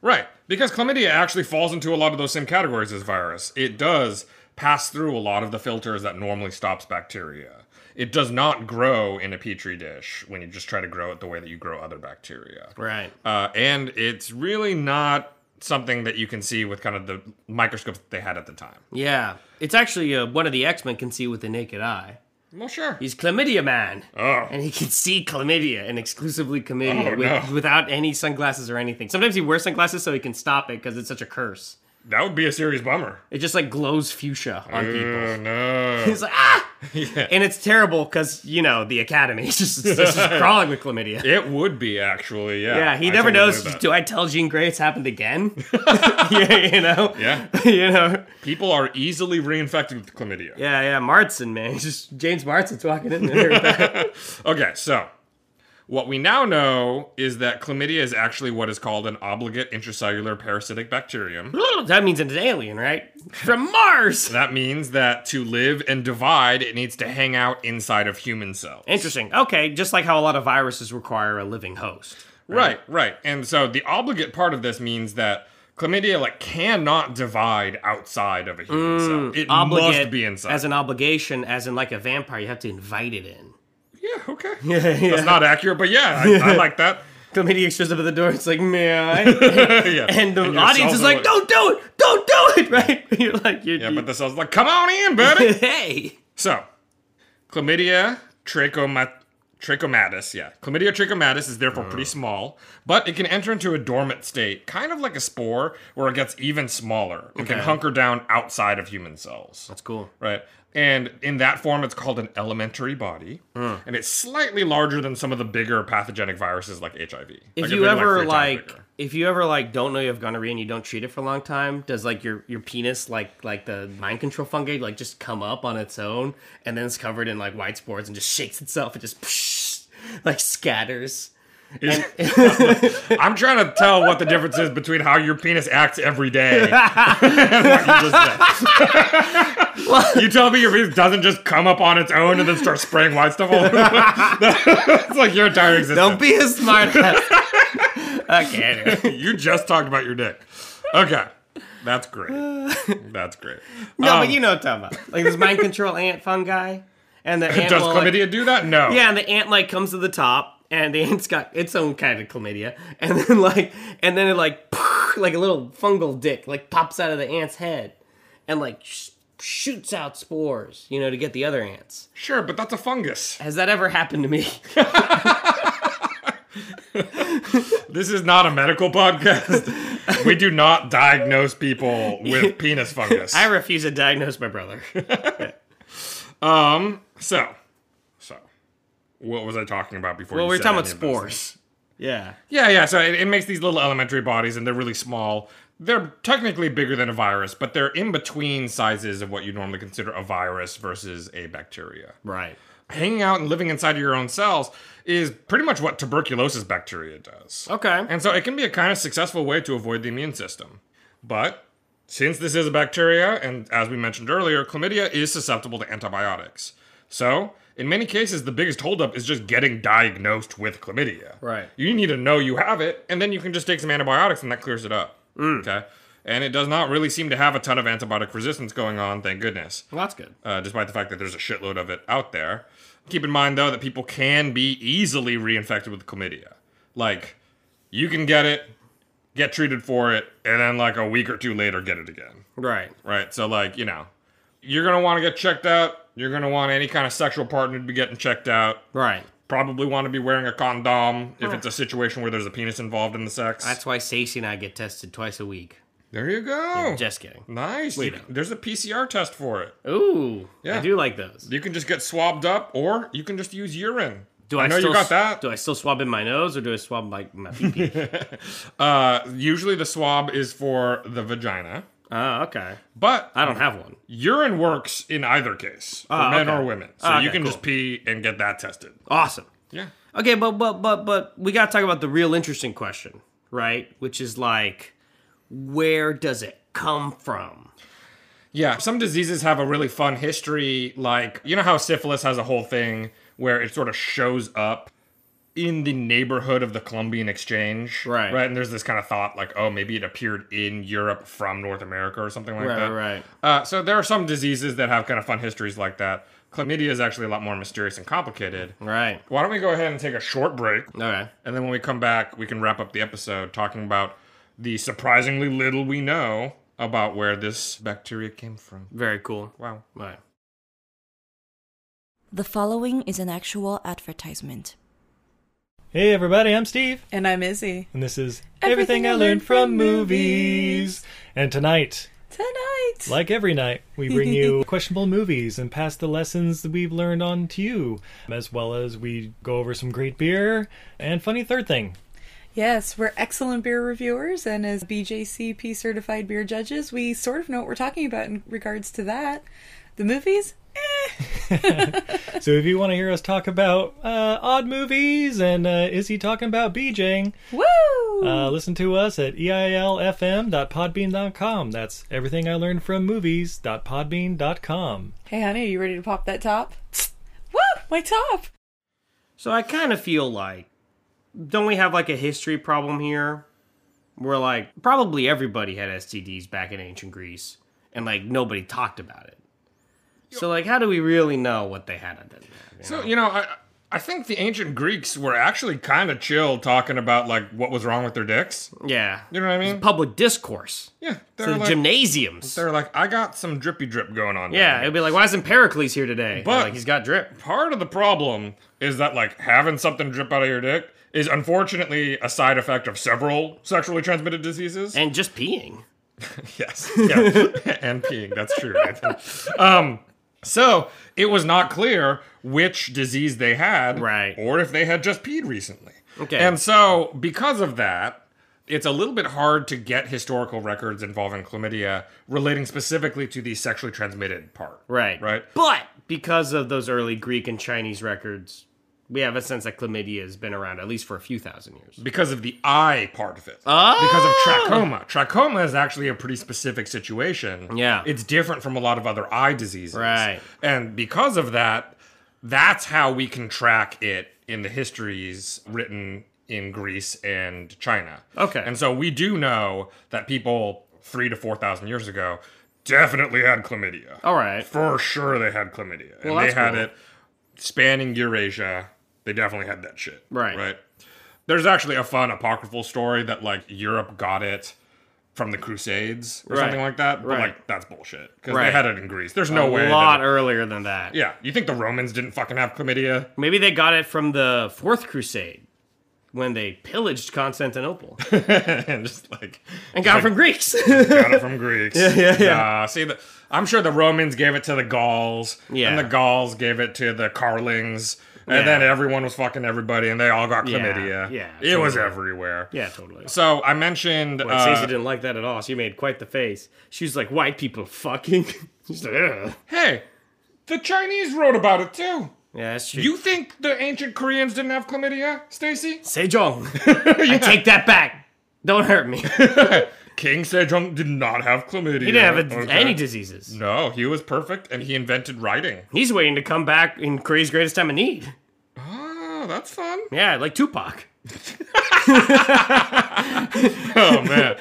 Speaker 5: right, because chlamydia actually falls into a lot of those same categories as virus. It does pass through a lot of the filters that normally stops bacteria. It does not grow in a petri dish when you just try to grow it the way that you grow other bacteria.
Speaker 4: Right.
Speaker 5: Uh, and it's really not something that you can see with kind of the microscopes that they had at the time.
Speaker 4: Yeah. It's actually uh, one of the X Men can see with the naked eye.
Speaker 5: Well, sure.
Speaker 4: He's chlamydia man.
Speaker 5: Oh.
Speaker 4: And he can see chlamydia and exclusively chlamydia
Speaker 5: Oh,
Speaker 4: with,
Speaker 5: no.
Speaker 4: without any sunglasses or anything. Sometimes he wears sunglasses so he can stop it because it's such a curse.
Speaker 5: That would be a serious bummer.
Speaker 4: It just like glows fuchsia on people.
Speaker 5: Oh, no.
Speaker 4: <laughs> He's like,
Speaker 5: <laughs>
Speaker 4: ah! And it's terrible because, you know, the academy is just, it's
Speaker 5: <laughs>
Speaker 4: just crawling with chlamydia.
Speaker 5: It would be, actually, yeah.
Speaker 4: Yeah, he
Speaker 5: I
Speaker 4: never
Speaker 5: totally
Speaker 4: knows.
Speaker 5: believe
Speaker 4: <laughs>
Speaker 5: that.
Speaker 4: Do I tell Jean Grey it's happened again?
Speaker 5: <laughs>
Speaker 4: yeah, you know.
Speaker 5: Yeah.
Speaker 4: <laughs> you know.
Speaker 5: People are easily reinfected with chlamydia.
Speaker 4: Yeah, yeah. Martson, man, He's just James Martson's walking in
Speaker 5: <laughs>
Speaker 4: there. <laughs>
Speaker 5: Okay, so what we now know is that chlamydia is actually what is called an obligate intracellular parasitic bacterium.
Speaker 4: that means it's an alien, right? From Mars.
Speaker 5: That means that to live and divide, it needs to hang out inside of human cells.
Speaker 4: Interesting. Okay, just like how a lot of viruses require a living host.
Speaker 5: Right, right. And so the obligate part of this means that chlamydia like cannot divide outside of a human cell. It must be inside.
Speaker 4: Mm, as an obligation, as in like a vampire, you have to invite it in.
Speaker 5: yeah,
Speaker 4: <laughs>
Speaker 5: okay. That's not accurate, but yeah, I, I like that. <laughs>
Speaker 4: Chlamydia shows up at the door. It's like, man,
Speaker 5: yeah.
Speaker 4: and the
Speaker 5: your
Speaker 4: audience
Speaker 5: cells
Speaker 4: is
Speaker 5: are
Speaker 4: like, "Don't do it! Don't do it!" <laughs> Right? You're like, you're,
Speaker 5: Yeah, but the cells are like, come on
Speaker 4: <laughs>
Speaker 5: in, buddy.
Speaker 4: hey,
Speaker 5: so, chlamydia trachomat. Trichomatis, yeah. Chlamydia trichomatis is therefore
Speaker 4: Oh.
Speaker 5: pretty small, but it can enter into a dormant state, kind of like a spore, where it gets even smaller. It can hunker down outside of human cells.
Speaker 4: that's cool.
Speaker 5: Right. And in that form, it's called an elementary body.
Speaker 4: Hmm.
Speaker 5: And it's slightly larger than some of the bigger pathogenic viruses like HIV.
Speaker 4: if
Speaker 5: Like,
Speaker 4: you
Speaker 5: they're,
Speaker 4: ever
Speaker 5: three times
Speaker 4: like
Speaker 5: bigger.
Speaker 4: if you ever like don't know you have gonorrhea and you don't treat it for a long time does like your your penis like like the mind control fungi like just come up on its own and then it's covered in like white spores and just shakes itself and just <laughs> like scatters
Speaker 5: <laughs> I'm trying to tell what the difference is between how your penis acts every day. and what you, just said. You tell me your penis doesn't just come up on its own and then start spraying white stuff all over. <laughs> it's like your entire existence.
Speaker 4: don't be a <laughs> smart ass okay anyway.
Speaker 5: <laughs> you just talked about your dick. Okay. That's great. That's great.
Speaker 4: no
Speaker 5: Um,
Speaker 4: but you know what i'm talking about like this mind control ant fungi and
Speaker 5: <laughs>
Speaker 4: the ant
Speaker 5: Does
Speaker 4: will, like-
Speaker 5: chlamydia do that? No.
Speaker 4: Yeah, and the ant like comes to the top, and the ant's got its own kind of chlamydia, and then like, and then it like, <laughs> like a little fungal dick like pops out of the ant's head, and like sh- shoots out spores, you know, to get the other ants.
Speaker 5: Sure, but that's a fungus.
Speaker 4: Has that ever happened to me?
Speaker 5: This is not a medical podcast. we do not diagnose people
Speaker 4: <laughs>
Speaker 5: with penis fungus.
Speaker 4: I refuse to diagnose my brother. <laughs>
Speaker 5: um, so, so, what was I talking about before?
Speaker 4: Well,
Speaker 5: you
Speaker 4: we were
Speaker 5: said
Speaker 4: talking about
Speaker 5: any of those things?
Speaker 4: spores. Yeah.
Speaker 5: Yeah, yeah. So it, it makes these little elementary bodies, and they're really small. They're technically bigger than a virus, but they're in between sizes of what you normally consider a virus versus a bacteria.
Speaker 4: Right.
Speaker 5: Hanging out and living inside of your own cells is pretty much what tuberculosis bacteria does.
Speaker 4: Okay.
Speaker 5: And so it can be a kind of successful way to avoid the immune system. But since this is a bacteria, and as we mentioned earlier, chlamydia is susceptible to antibiotics. So, in many cases, the biggest holdup is just getting diagnosed with chlamydia.
Speaker 4: Right.
Speaker 5: You need to know you have it, and then you can just take some antibiotics and that clears it up. Okay. And it does not really seem to have a ton of antibiotic resistance going on, thank goodness
Speaker 4: well, that's good.
Speaker 5: uh, despite the fact that there's a shitload of it out there. Keep in mind, though, that people can be easily reinfected with chlamydia. Like, you can get it, get treated for it, and then, like, a week or two later, get it again.
Speaker 4: Right.
Speaker 5: Right. So, like, you know, you're going to want to get checked out. You're going to want any kind of sexual partner to be getting checked out.
Speaker 4: Right.
Speaker 5: Probably want to be wearing a condom if it's a situation where there's a penis involved in the sex.
Speaker 4: That's why Stacey and I get tested twice a week.
Speaker 5: there you go.
Speaker 4: Just kidding.
Speaker 5: nice.
Speaker 4: Wait.
Speaker 5: You- there's a PCR test for it.
Speaker 4: Ooh.
Speaker 5: Yeah.
Speaker 4: I do like those.
Speaker 5: You can just get swabbed up, or you can just use urine.
Speaker 4: Do
Speaker 5: I, know
Speaker 4: still
Speaker 5: you got
Speaker 4: s-
Speaker 5: that?
Speaker 4: Do I still swab in my nose or do I swab my, my pee
Speaker 5: <laughs>
Speaker 4: pee?
Speaker 5: Uh, usually the swab is for the vagina,
Speaker 4: oh, okay.
Speaker 5: but
Speaker 4: I don't have one.
Speaker 5: urine works in either case for
Speaker 4: Ah,
Speaker 5: men
Speaker 4: okay.
Speaker 5: or women. So
Speaker 4: Ah,
Speaker 5: you
Speaker 4: okay,
Speaker 5: can just
Speaker 4: cool.
Speaker 5: pee and get that tested.
Speaker 4: Awesome.
Speaker 5: Yeah.
Speaker 4: Okay, but but but but we gotta talk about the real interesting question, right? Which is like, where does it come from?
Speaker 5: Yeah, some diseases have a really fun history. Like, you know how syphilis has a whole thing where it sort of shows up in the neighborhood of the Columbian Exchange.
Speaker 4: Right.
Speaker 5: Right. And there's this kind of thought, like, oh, maybe it appeared in Europe from North America or something like
Speaker 4: Right,
Speaker 5: that.
Speaker 4: right,
Speaker 5: Uh, so there are some diseases that have kind of fun histories like that. Chlamydia is actually a lot more mysterious and complicated.
Speaker 4: Right.
Speaker 5: Why don't we go ahead and take a short break?
Speaker 4: Okay.
Speaker 5: And then when we come back, we can wrap up the episode talking about the surprisingly little we know about where this bacteria came from.
Speaker 4: Very cool.
Speaker 5: Wow.
Speaker 4: Right.
Speaker 7: The following is an actual advertisement.
Speaker 9: Hey everybody, I'm Steve,
Speaker 6: And I'm Izzy.
Speaker 9: and this is
Speaker 6: Everything I Learned from Movies.
Speaker 9: And tonight,
Speaker 6: Tonight!
Speaker 9: like every night, we bring
Speaker 6: <laughs>
Speaker 9: you questionable movies and pass the lessons that we've learned on to you, as well as we go over some great beer and funny third thing.
Speaker 6: Yes, we're excellent beer reviewers, and as BJCP certified beer judges, we sort of know what we're talking about in regards to that. The movies?
Speaker 9: <laughs>
Speaker 6: Eh.
Speaker 9: So if you want to hear us talk about uh, odd movies and uh, is he talking about BJing,
Speaker 6: Woo!
Speaker 9: uh, listen to us at eilfm.podbean.com. That's everything I learned from movies.podbean.com.
Speaker 6: hey, honey, are you ready to pop that top? Woo! My top!
Speaker 4: So I kind of feel like, don't we have like a history problem here? Where like probably everybody had STDs back in ancient Greece, and like nobody talked about it. So like, how do we really know what they had? at that-
Speaker 5: So, you know, I I think the ancient Greeks were actually kind of chill talking about like what was wrong with their dicks.
Speaker 4: Yeah,
Speaker 5: You know what I mean?
Speaker 4: public discourse.
Speaker 5: Yeah.
Speaker 4: So
Speaker 5: They're
Speaker 4: the
Speaker 5: like
Speaker 4: gymnasiums.
Speaker 5: they're like I got some drippy drip going on. down
Speaker 4: yeah,
Speaker 5: here."
Speaker 4: it'd be like, why isn't Pericles here today?
Speaker 5: But-
Speaker 4: like he's got drip.
Speaker 5: Part of the problem is that like having something drip out of your dick is unfortunately a side effect of several sexually transmitted diseases.
Speaker 4: and just peeing.
Speaker 5: <laughs> Yes. Yeah. <laughs> and peeing. That's true. Nathan. Um, so it was not clear which disease they had,
Speaker 4: Right.
Speaker 5: Or if they had just peed recently.
Speaker 4: Okay.
Speaker 5: And so because of that, it's a little bit hard to get historical records involving chlamydia relating specifically to the sexually transmitted part.
Speaker 4: Right.
Speaker 5: Right.
Speaker 4: But because of those early Greek and Chinese records, we have a sense that chlamydia has been around at least for a few thousand years.
Speaker 5: Because of the eye part of it. Because of
Speaker 4: Oh!
Speaker 5: trachoma. Trachoma is actually a pretty specific situation.
Speaker 4: Yeah.
Speaker 5: It's different from a lot of other eye diseases.
Speaker 4: Right.
Speaker 5: And because of that, that's how we can track it in the histories written in Greece and China.
Speaker 4: Okay.
Speaker 5: And so we do know that people three to 4,000 years ago definitely had chlamydia.
Speaker 4: All right.
Speaker 5: For sure they had chlamydia.
Speaker 4: Well,
Speaker 5: and they
Speaker 4: that's
Speaker 5: had
Speaker 4: cool.
Speaker 5: it spanning Eurasia. They definitely had that shit.
Speaker 4: Right.
Speaker 5: Right. There's actually a fun apocryphal story that like Europe got it from the Crusades or
Speaker 4: Right.
Speaker 5: something like that. But
Speaker 4: Right.
Speaker 5: like that's bullshit because they
Speaker 4: Right.
Speaker 5: had it in Greece. There's no
Speaker 4: a
Speaker 5: way. that-
Speaker 4: lot er earlier than that.
Speaker 5: yeah, you think the Romans didn't fucking have chlamydia? <laughs>
Speaker 4: Maybe they got it from the Fourth Crusade when they pillaged
Speaker 5: <laughs>
Speaker 4: Constantinople
Speaker 5: and just like
Speaker 4: and got it from
Speaker 5: <laughs>
Speaker 4: Greeks.
Speaker 5: got it from
Speaker 4: <laughs>
Speaker 5: Greeks. yeah, yeah, yeah. see, the, I'm sure the Romans gave it to the Gauls.
Speaker 4: Yeah.
Speaker 5: And the Gauls gave it to the Carlings. And
Speaker 4: Yeah.
Speaker 5: then everyone was fucking everybody, and they all got
Speaker 4: Yeah,
Speaker 5: chlamydia.
Speaker 4: yeah,
Speaker 5: it was
Speaker 4: totally.
Speaker 5: everywhere.
Speaker 4: yeah, totally.
Speaker 5: So I mentioned
Speaker 4: Like,
Speaker 5: uh,
Speaker 4: Stacey didn't like that at all. She made quite the face. She was like, white people fucking. <laughs> She's like, Ugh.
Speaker 5: Hey, the Chinese wrote about it too.
Speaker 4: Yeah, that's true.
Speaker 5: You think the ancient Koreans didn't have chlamydia, Stacy?
Speaker 4: Sejong.
Speaker 5: <laughs>
Speaker 4: I take that back. Don't hurt me.
Speaker 5: King Sejong did not have chlamydia.
Speaker 4: He didn't have a,
Speaker 5: Okay.
Speaker 4: any diseases.
Speaker 5: No, he was perfect, and he invented writing.
Speaker 4: He's waiting to come back in Korea's greatest time of need.
Speaker 5: Oh, that's fun.
Speaker 4: Yeah, like Tupac.
Speaker 5: oh man,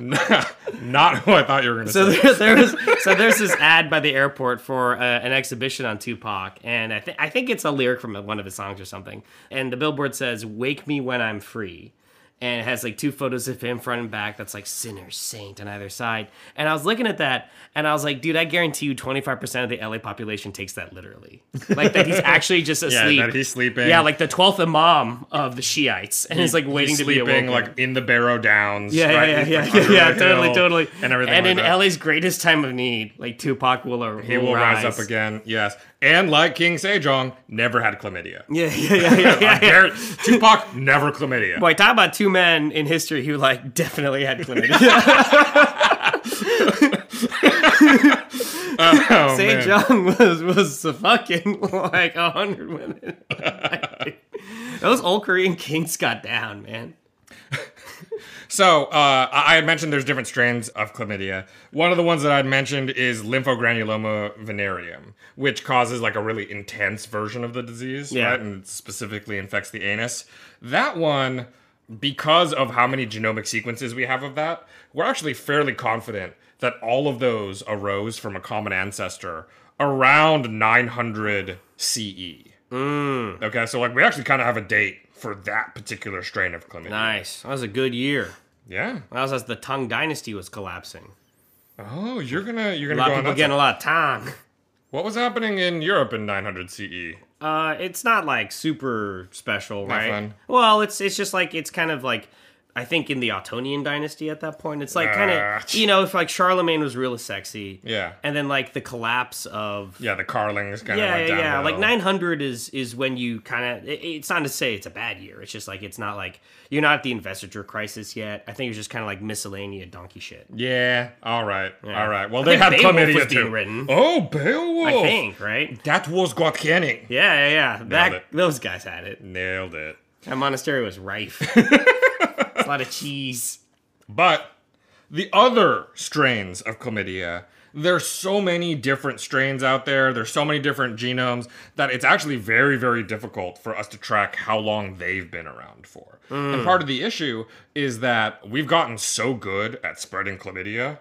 Speaker 5: <laughs> not who I thought you were going to
Speaker 4: So
Speaker 5: say.
Speaker 4: there, there
Speaker 5: <laughs>
Speaker 4: was,
Speaker 8: so there's this ad by the airport for uh, an exhibition on Tupac, and I, th- I think it's a lyric from one of his songs or something.
Speaker 4: and the billboard says, "Wake me when I'm free," and it has like two photos of him front and back. That's like sinner, saint on either side. And I was looking at that, and I was like, "Dude, I guarantee you, 25 percent of the LA population takes that literally, like that
Speaker 5: <laughs>
Speaker 4: he's actually just
Speaker 5: Yeah,
Speaker 4: asleep.
Speaker 5: that he's sleeping.
Speaker 4: Yeah, like the 12th Imam of the Shiites, and he's like waiting to be
Speaker 5: sleeping,
Speaker 4: awoken.
Speaker 5: like in the Barrow Downs.
Speaker 4: yeah,
Speaker 5: right?
Speaker 4: yeah,
Speaker 5: He's,
Speaker 4: yeah,
Speaker 5: like,
Speaker 4: yeah,
Speaker 5: under
Speaker 4: <laughs> yeah,
Speaker 5: a
Speaker 4: totally,
Speaker 5: hill
Speaker 4: totally,
Speaker 5: and everything.
Speaker 4: And
Speaker 5: like
Speaker 4: in
Speaker 5: that.
Speaker 4: LA's greatest time of need, like Tupac will, ar-
Speaker 5: he will rise up again. Yes, and like King Sejong, never had chlamydia.
Speaker 4: <laughs> Yeah, yeah, yeah, <laughs>
Speaker 5: <laughs>
Speaker 4: yeah, yeah.
Speaker 5: Garrett, Tupac never chlamydia.
Speaker 4: Boy, talk about two men in history who like <laughs> definitely had chlamydia.
Speaker 5: Oh,
Speaker 4: Say
Speaker 5: man.
Speaker 4: John was was fucking <laughs> like a hundred women. <laughs> Those old Korean kings got down, man.
Speaker 5: So uh, I I had mentioned there's different strands of chlamydia. One of the ones that I'd mentioned is lymphogranuloma venereum, which causes like a really intense version of the disease,
Speaker 4: Yeah.
Speaker 5: right? And it specifically infects the anus. That one, because of how many genomic sequences we have of that, we're actually fairly confident that all of those arose from a common ancestor around 900 CE. E.
Speaker 4: Mm.
Speaker 5: Okay, so like we actually kind of have a date for that particular strain of chlamydia.
Speaker 4: Nice. That was a good year.
Speaker 5: Yeah.
Speaker 4: That was as the Tang Dynasty was collapsing.
Speaker 5: Oh, you're gonna you're
Speaker 4: A
Speaker 5: gonna
Speaker 4: lot
Speaker 5: go
Speaker 4: of
Speaker 5: on
Speaker 4: people
Speaker 5: that
Speaker 4: getting a lot of Tang.
Speaker 5: What was happening in Europe in 900 CE?
Speaker 4: Uh, it's not like super special,
Speaker 5: Not
Speaker 4: right?
Speaker 5: fun.
Speaker 4: Well, it's it's just like it's kind of like I think in the Ottonian dynasty at that point, it's like kind
Speaker 5: Ah.
Speaker 4: of you know if like Charlemagne was really sexy,
Speaker 5: Yeah.
Speaker 4: and then like the collapse of
Speaker 5: Yeah, the Carlings kind of
Speaker 4: yeah,
Speaker 5: went
Speaker 4: yeah,
Speaker 5: down.
Speaker 4: yeah. Like 900 is is when you kind of. It, it's not to say it's a bad year. It's just like it's not like you're not at the investiture crisis yet. I think it's just kind of like miscellaneous donkey shit.
Speaker 5: Yeah. All right.
Speaker 4: Yeah.
Speaker 5: All right. Well,
Speaker 4: I
Speaker 5: they
Speaker 4: think Beowulf was
Speaker 5: had chlamydia
Speaker 4: being
Speaker 5: too.
Speaker 4: written.
Speaker 5: Oh, Beowulf.
Speaker 4: I think right.
Speaker 5: that was Guatcani.
Speaker 4: Yeah, yeah, yeah. That
Speaker 5: it.
Speaker 4: those guys had it.
Speaker 5: Nailed it.
Speaker 4: That monastery was rife.
Speaker 5: <laughs>
Speaker 4: It's a lot of cheese.
Speaker 5: But the other strains of chlamydia, there's so many different strains out there, there's so many different genomes that it's actually very, very difficult for us to track how long they've been around for.
Speaker 4: Hmm.
Speaker 5: And part of the issue is that we've gotten so good at spreading
Speaker 4: <laughs>
Speaker 5: chlamydia.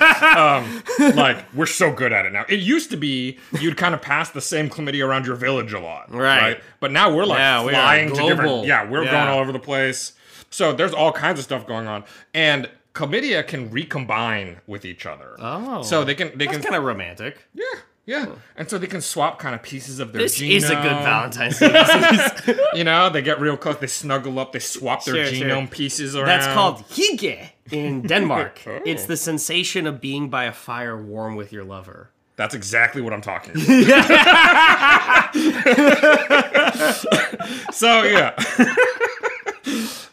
Speaker 5: um, like, we're so good at it now. It used to be you'd kind of pass the same chlamydia around your village a lot.
Speaker 4: Right.
Speaker 5: But now we're like
Speaker 4: Yeah, we are
Speaker 5: flying to
Speaker 4: global.
Speaker 5: different. Yeah, we're
Speaker 4: Yeah.
Speaker 5: going all over the place. So there's all kinds of stuff going on, and chlamydia can recombine with each other. Oh, so they can they
Speaker 4: That's
Speaker 5: can
Speaker 4: kind of romantic.
Speaker 5: yeah yeah, and so they can swap kind of pieces of their
Speaker 4: This
Speaker 5: genome.
Speaker 4: is a good Valentine's <laughs> Day. disease.
Speaker 5: You know, they get real close, they snuggle up, they swap their
Speaker 4: Sure, sure.
Speaker 5: genome pieces around.
Speaker 4: That's called hygge in <laughs> Denmark. It's the sensation of being by a fire warm with your lover.
Speaker 5: That's exactly what I'm talking
Speaker 4: <laughs>
Speaker 5: about. so, yeah.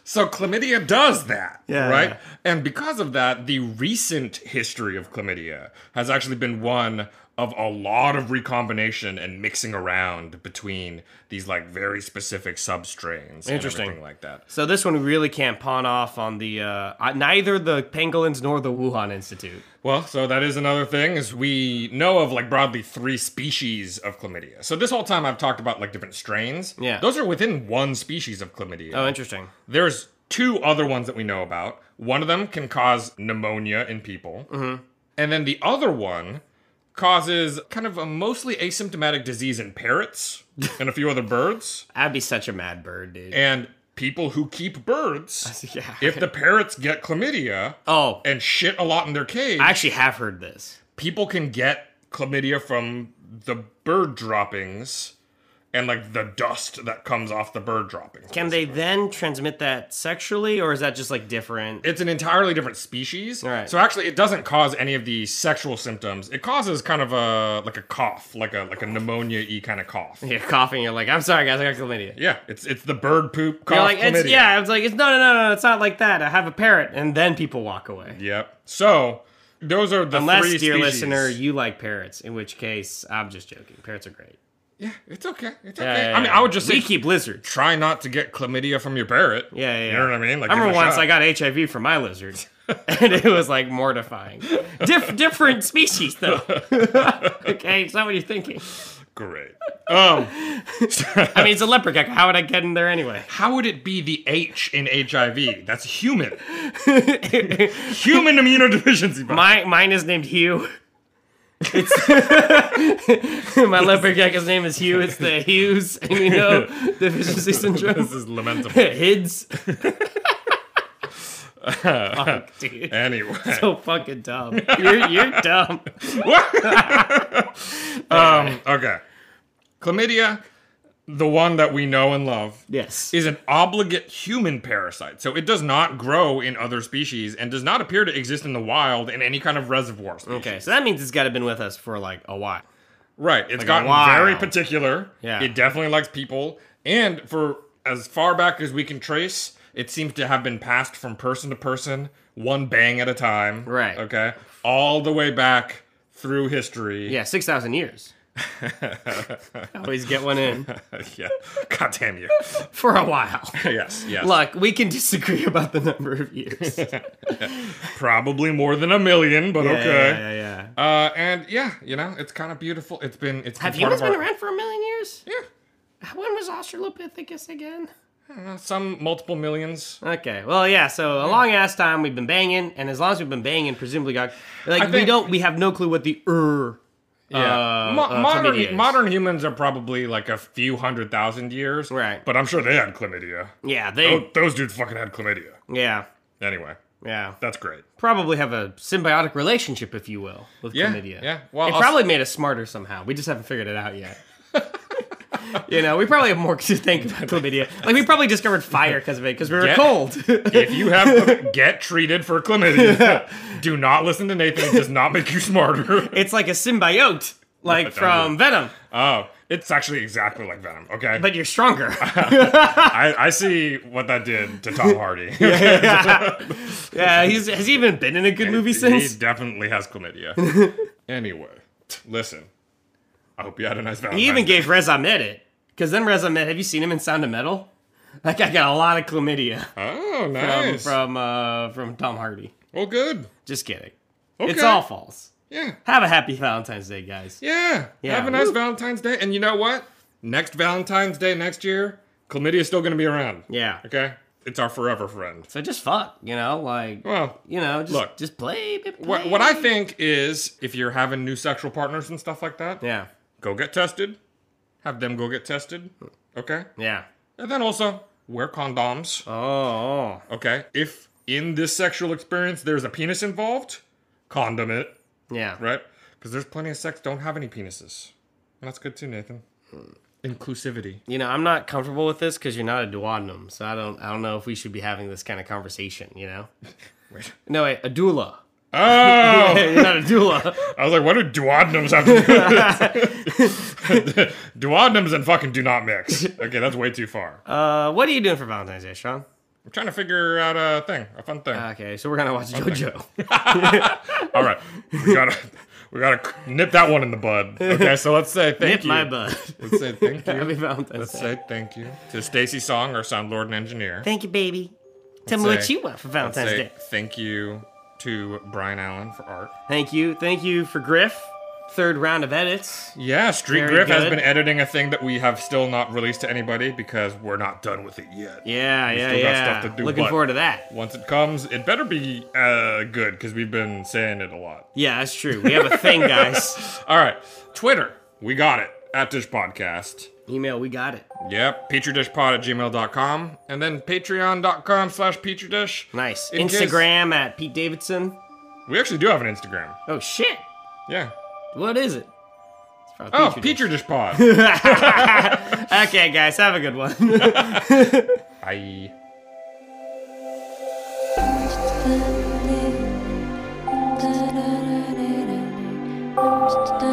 Speaker 5: so, chlamydia does that,
Speaker 4: Yeah.
Speaker 5: right? And because of that, the recent history of chlamydia has actually been one of a lot of recombination and mixing around between these like very specific substrains
Speaker 4: Interesting.
Speaker 5: and everything like that.
Speaker 4: So this one really can't pawn off on the uh, uh, neither the pangolins nor the Wuhan Institute.
Speaker 5: Well, so that is another thing is we know of like broadly three species of chlamydia. So this whole time I've talked about like different strains.
Speaker 4: Yeah.
Speaker 5: Those are within one species of chlamydia.
Speaker 4: Oh, interesting.
Speaker 5: There's two other ones that we know about. One of them can cause pneumonia in people.
Speaker 4: Mm-hmm.
Speaker 5: And then the other one causes kind of a mostly asymptomatic disease
Speaker 4: <laughs>
Speaker 5: in parrots and a few other birds
Speaker 4: I'd be such a mad bird, dude.
Speaker 5: and people who keep birds.
Speaker 4: <laughs> yeah.
Speaker 5: If the parrots get chlamydia
Speaker 4: oh,
Speaker 5: and shit a lot in their cage,
Speaker 4: I actually have heard this.
Speaker 5: people can get chlamydia from the bird droppings and like the dust that comes off the bird droppings.
Speaker 4: Can they then transmit that sexually, or is that just like different? <laughs>
Speaker 5: it's an entirely different species.
Speaker 4: Right.
Speaker 5: So actually it doesn't cause any of the sexual symptoms. It causes kind of a like a cough, like a like a pneumonia y kind of cough.
Speaker 4: You're coughing. You're like, I'm sorry, guys, I got chlamydia.
Speaker 5: Yeah, it's it's the bird poop cough.
Speaker 4: You're like, it's,
Speaker 5: chlamydia.
Speaker 4: yeah. I was like, it's no, no, no, no. It's not like that. I have a parrot, and then people walk away.
Speaker 5: Yep. So those are the
Speaker 4: Unless,
Speaker 5: three
Speaker 4: dear
Speaker 5: species.
Speaker 4: listener, you like parrots, in which case I'm just joking. Parrots are great.
Speaker 5: yeah, it's okay. It's okay.
Speaker 4: Yeah, yeah,
Speaker 5: I mean,
Speaker 4: yeah.
Speaker 5: I would just
Speaker 4: we
Speaker 5: say
Speaker 4: keep lizards.
Speaker 5: try not to get chlamydia from your parrot.
Speaker 4: Yeah, yeah,
Speaker 5: You
Speaker 4: yeah.
Speaker 5: know what I mean? Like,
Speaker 4: I
Speaker 5: give it
Speaker 4: remember
Speaker 5: a
Speaker 4: once
Speaker 5: shot.
Speaker 4: I got HIV from my lizard,
Speaker 5: <laughs>
Speaker 4: and it was like mortifying. Dif- <laughs> different species, though. okay, it's not what you're thinking.
Speaker 5: Great. Um,
Speaker 4: I mean, it's a leper gecko. How would I get in there anyway? <laughs>
Speaker 5: How would it be the H in HIV? That's human. human <laughs> immunodeficiency.
Speaker 4: My mine is named Hugh. It's <laughs> my leopard gecko's name is Hugh. It's the Hughes
Speaker 5: <laughs>
Speaker 4: immunodeficiency syndrome.
Speaker 5: This is lamentable.
Speaker 4: <laughs> Hids.
Speaker 5: Fuck,
Speaker 4: Oh, dude.
Speaker 5: Anyway.
Speaker 4: So fucking dumb. You're you're dumb.
Speaker 5: um, okay. Chlamydia, the one that we know and love,
Speaker 4: yes,
Speaker 5: is an obligate human parasite. So it does not grow in other species and does not appear to exist in the wild in any kind of reservoir. Species.
Speaker 4: Okay, so that means it's got to been with us for like a while.
Speaker 5: Right. It's
Speaker 4: Like a
Speaker 5: gotten
Speaker 4: while.
Speaker 5: very particular.
Speaker 4: Yeah.
Speaker 5: It definitely likes people. And for as far back as we can trace, it seems to have been passed from person to person, one bang at a time.
Speaker 4: Right.
Speaker 5: Okay. All the way back through history.
Speaker 4: Yeah, six thousand <laughs> years. Always get one in
Speaker 5: <laughs> yeah. God damn you.
Speaker 4: for a while.
Speaker 5: yes, yes.
Speaker 4: Look, we can disagree about the number of years. <laughs> okay.
Speaker 5: Probably more than a million, but
Speaker 4: Yeah,
Speaker 5: okay.
Speaker 4: yeah, yeah.
Speaker 5: Uh, and yeah, you know, it's kind of beautiful. It's been, it's been
Speaker 4: Have
Speaker 5: part
Speaker 4: humans
Speaker 5: of
Speaker 4: been
Speaker 5: our-
Speaker 4: around for a million years?
Speaker 5: Yeah.
Speaker 4: When was Australopithecus again?
Speaker 5: Uh, Some multiple millions.
Speaker 4: Okay. Well, yeah. So a long ass time we've been banging, and as long as we've been banging, presumably got like
Speaker 5: I
Speaker 4: we
Speaker 5: think-
Speaker 4: don't we have no clue what the er.
Speaker 5: Yeah.
Speaker 4: uh,
Speaker 5: Mo-
Speaker 4: uh, chlamydia is.
Speaker 5: modern, modern humans are probably like a few hundred thousand years.
Speaker 4: Right.
Speaker 5: But I'm sure they had chlamydia.
Speaker 4: Yeah, they.
Speaker 5: Tho- those dudes fucking had chlamydia.
Speaker 4: er Yeah,
Speaker 5: Anyway,
Speaker 4: yeah.
Speaker 5: that's great.
Speaker 4: Probably have a symbiotic relationship, if you will, with
Speaker 5: Yeah,
Speaker 4: chlamydia.
Speaker 5: yeah. Well,
Speaker 4: it
Speaker 5: I'll-
Speaker 4: probably made us smarter somehow. We just haven't figured it out yet. <laughs> you know, we probably have more to think about chlamydia. Like we probably discovered fire because of it because we were
Speaker 5: Yeah.
Speaker 4: cold.
Speaker 5: <laughs> If you have chlam- get treated for chlamydia, do not listen to Nathan. It does not make
Speaker 4: <laughs>
Speaker 5: you smarter.
Speaker 4: <laughs> it's like a symbiote, like
Speaker 5: Don't do
Speaker 4: from
Speaker 5: it.
Speaker 4: Venom,
Speaker 5: oh, it's actually exactly like Venom. Okay,
Speaker 4: but you're
Speaker 5: <laughs>
Speaker 4: stronger.
Speaker 5: I, I see what that did
Speaker 4: <laughs>
Speaker 5: to Tom Hardy.
Speaker 4: yeah, he's has he even been in a good movie since?
Speaker 5: <laughs> He definitely has
Speaker 4: <laughs>
Speaker 5: chlamydia. anyway, listen. I hope you had a nice Valentine's.
Speaker 4: He even
Speaker 5: Day.
Speaker 4: gave Rez Ahmed it. Because then Rez Ahmed, have you seen him in Sound of Metal? That guy got a lot of chlamydia
Speaker 5: Oh,
Speaker 4: from <laughs>
Speaker 5: nice.
Speaker 4: from, uh, from Tom Hardy.
Speaker 5: well, good.
Speaker 4: Just kidding. It's
Speaker 5: Okay.
Speaker 4: all false.
Speaker 5: Yeah.
Speaker 4: Have a happy Valentine's Day, guys.
Speaker 5: Yeah.
Speaker 4: Yeah.
Speaker 5: Have a nice
Speaker 4: Woo.
Speaker 5: Valentine's Day. And you know what? Next Valentine's Day next year, chlamydia is still going to be around.
Speaker 4: Yeah.
Speaker 5: Okay? It's our forever friend.
Speaker 4: So just fuck, you know, like
Speaker 5: Well,
Speaker 4: you know, just
Speaker 5: look.
Speaker 4: just play, baby,
Speaker 5: what,
Speaker 4: play.
Speaker 5: what I think is if you're having new sexual partners and stuff like that,
Speaker 4: Yeah.
Speaker 5: go get tested. Have them go get tested. Okay?
Speaker 4: Yeah.
Speaker 5: And then also wear condoms.
Speaker 4: Oh, oh.
Speaker 5: Okay? If in this sexual experience there's a penis involved, condom it,
Speaker 4: Yeah.
Speaker 5: right? Because there's plenty of sex don't have any penises. And that's good too, Nathan.
Speaker 4: Hmm.
Speaker 5: Inclusivity.
Speaker 4: You know, I'm not comfortable with this because you're not a duodenum, so I don't I don't know if we should be having this kind of conversation, you
Speaker 5: <laughs>
Speaker 4: know? No, wait, a doula.
Speaker 5: Oh!
Speaker 4: You're not a doula.
Speaker 5: <laughs> I was like, what do duodenums have to do with this? <laughs> duodenums and fucking do not mix. Okay, that's way too far.
Speaker 4: Uh, what are you doing for Valentine's Day, Sean?
Speaker 5: I'm trying to figure out a thing, a fun thing.
Speaker 4: Okay, so we're gonna watch <laughs> JoJo.
Speaker 5: All right, we gotta we gotta nip that one in the bud. Okay, so let's say thank
Speaker 4: Nip
Speaker 5: you.
Speaker 4: my butt.
Speaker 5: Let's say thank
Speaker 4: <laughs> Happy
Speaker 5: you.
Speaker 4: Valentine's
Speaker 5: Let's
Speaker 4: Day.
Speaker 5: say thank you to Stacy Song, our sound lord and engineer.
Speaker 4: Thank you, baby. Tell me
Speaker 5: Let's
Speaker 4: what
Speaker 5: say-
Speaker 4: you want for
Speaker 5: Let's
Speaker 4: Valentine's
Speaker 5: say
Speaker 4: Day.
Speaker 5: thank you to Brian Allen for art.
Speaker 4: Thank you, thank you for Griff. Third round of edits.
Speaker 5: Yeah, Street
Speaker 4: Very
Speaker 5: Griff
Speaker 4: good.
Speaker 5: has been editing a thing that we have still not released to anybody because we're not done with it yet.
Speaker 4: Yeah, yeah,
Speaker 5: still got
Speaker 4: yeah.
Speaker 5: stuff to do,
Speaker 4: Looking
Speaker 5: but-
Speaker 4: forward to that.
Speaker 5: Once it comes, it better be uh, good because we've been saying it a lot.
Speaker 4: Yeah, that's true. We have a <laughs> thing, guys.
Speaker 5: All right, Twitter, we got it at Dish Podcast.
Speaker 4: Email, we got it.
Speaker 5: Yep, petridishpod at gmail.com and then patreon.com slash petridish.
Speaker 4: Nice.
Speaker 5: In case-
Speaker 4: Instagram at Pete Davidson.
Speaker 5: We actually do have an Instagram.
Speaker 4: Oh shit!
Speaker 5: Yeah.
Speaker 4: What is it? It's probably
Speaker 5: Oh,
Speaker 4: Petri dish. <laughs>
Speaker 5: petridish
Speaker 4: Okay, guys, have a good one. <laughs>
Speaker 5: Bye.
Speaker 10: Da da da da da da da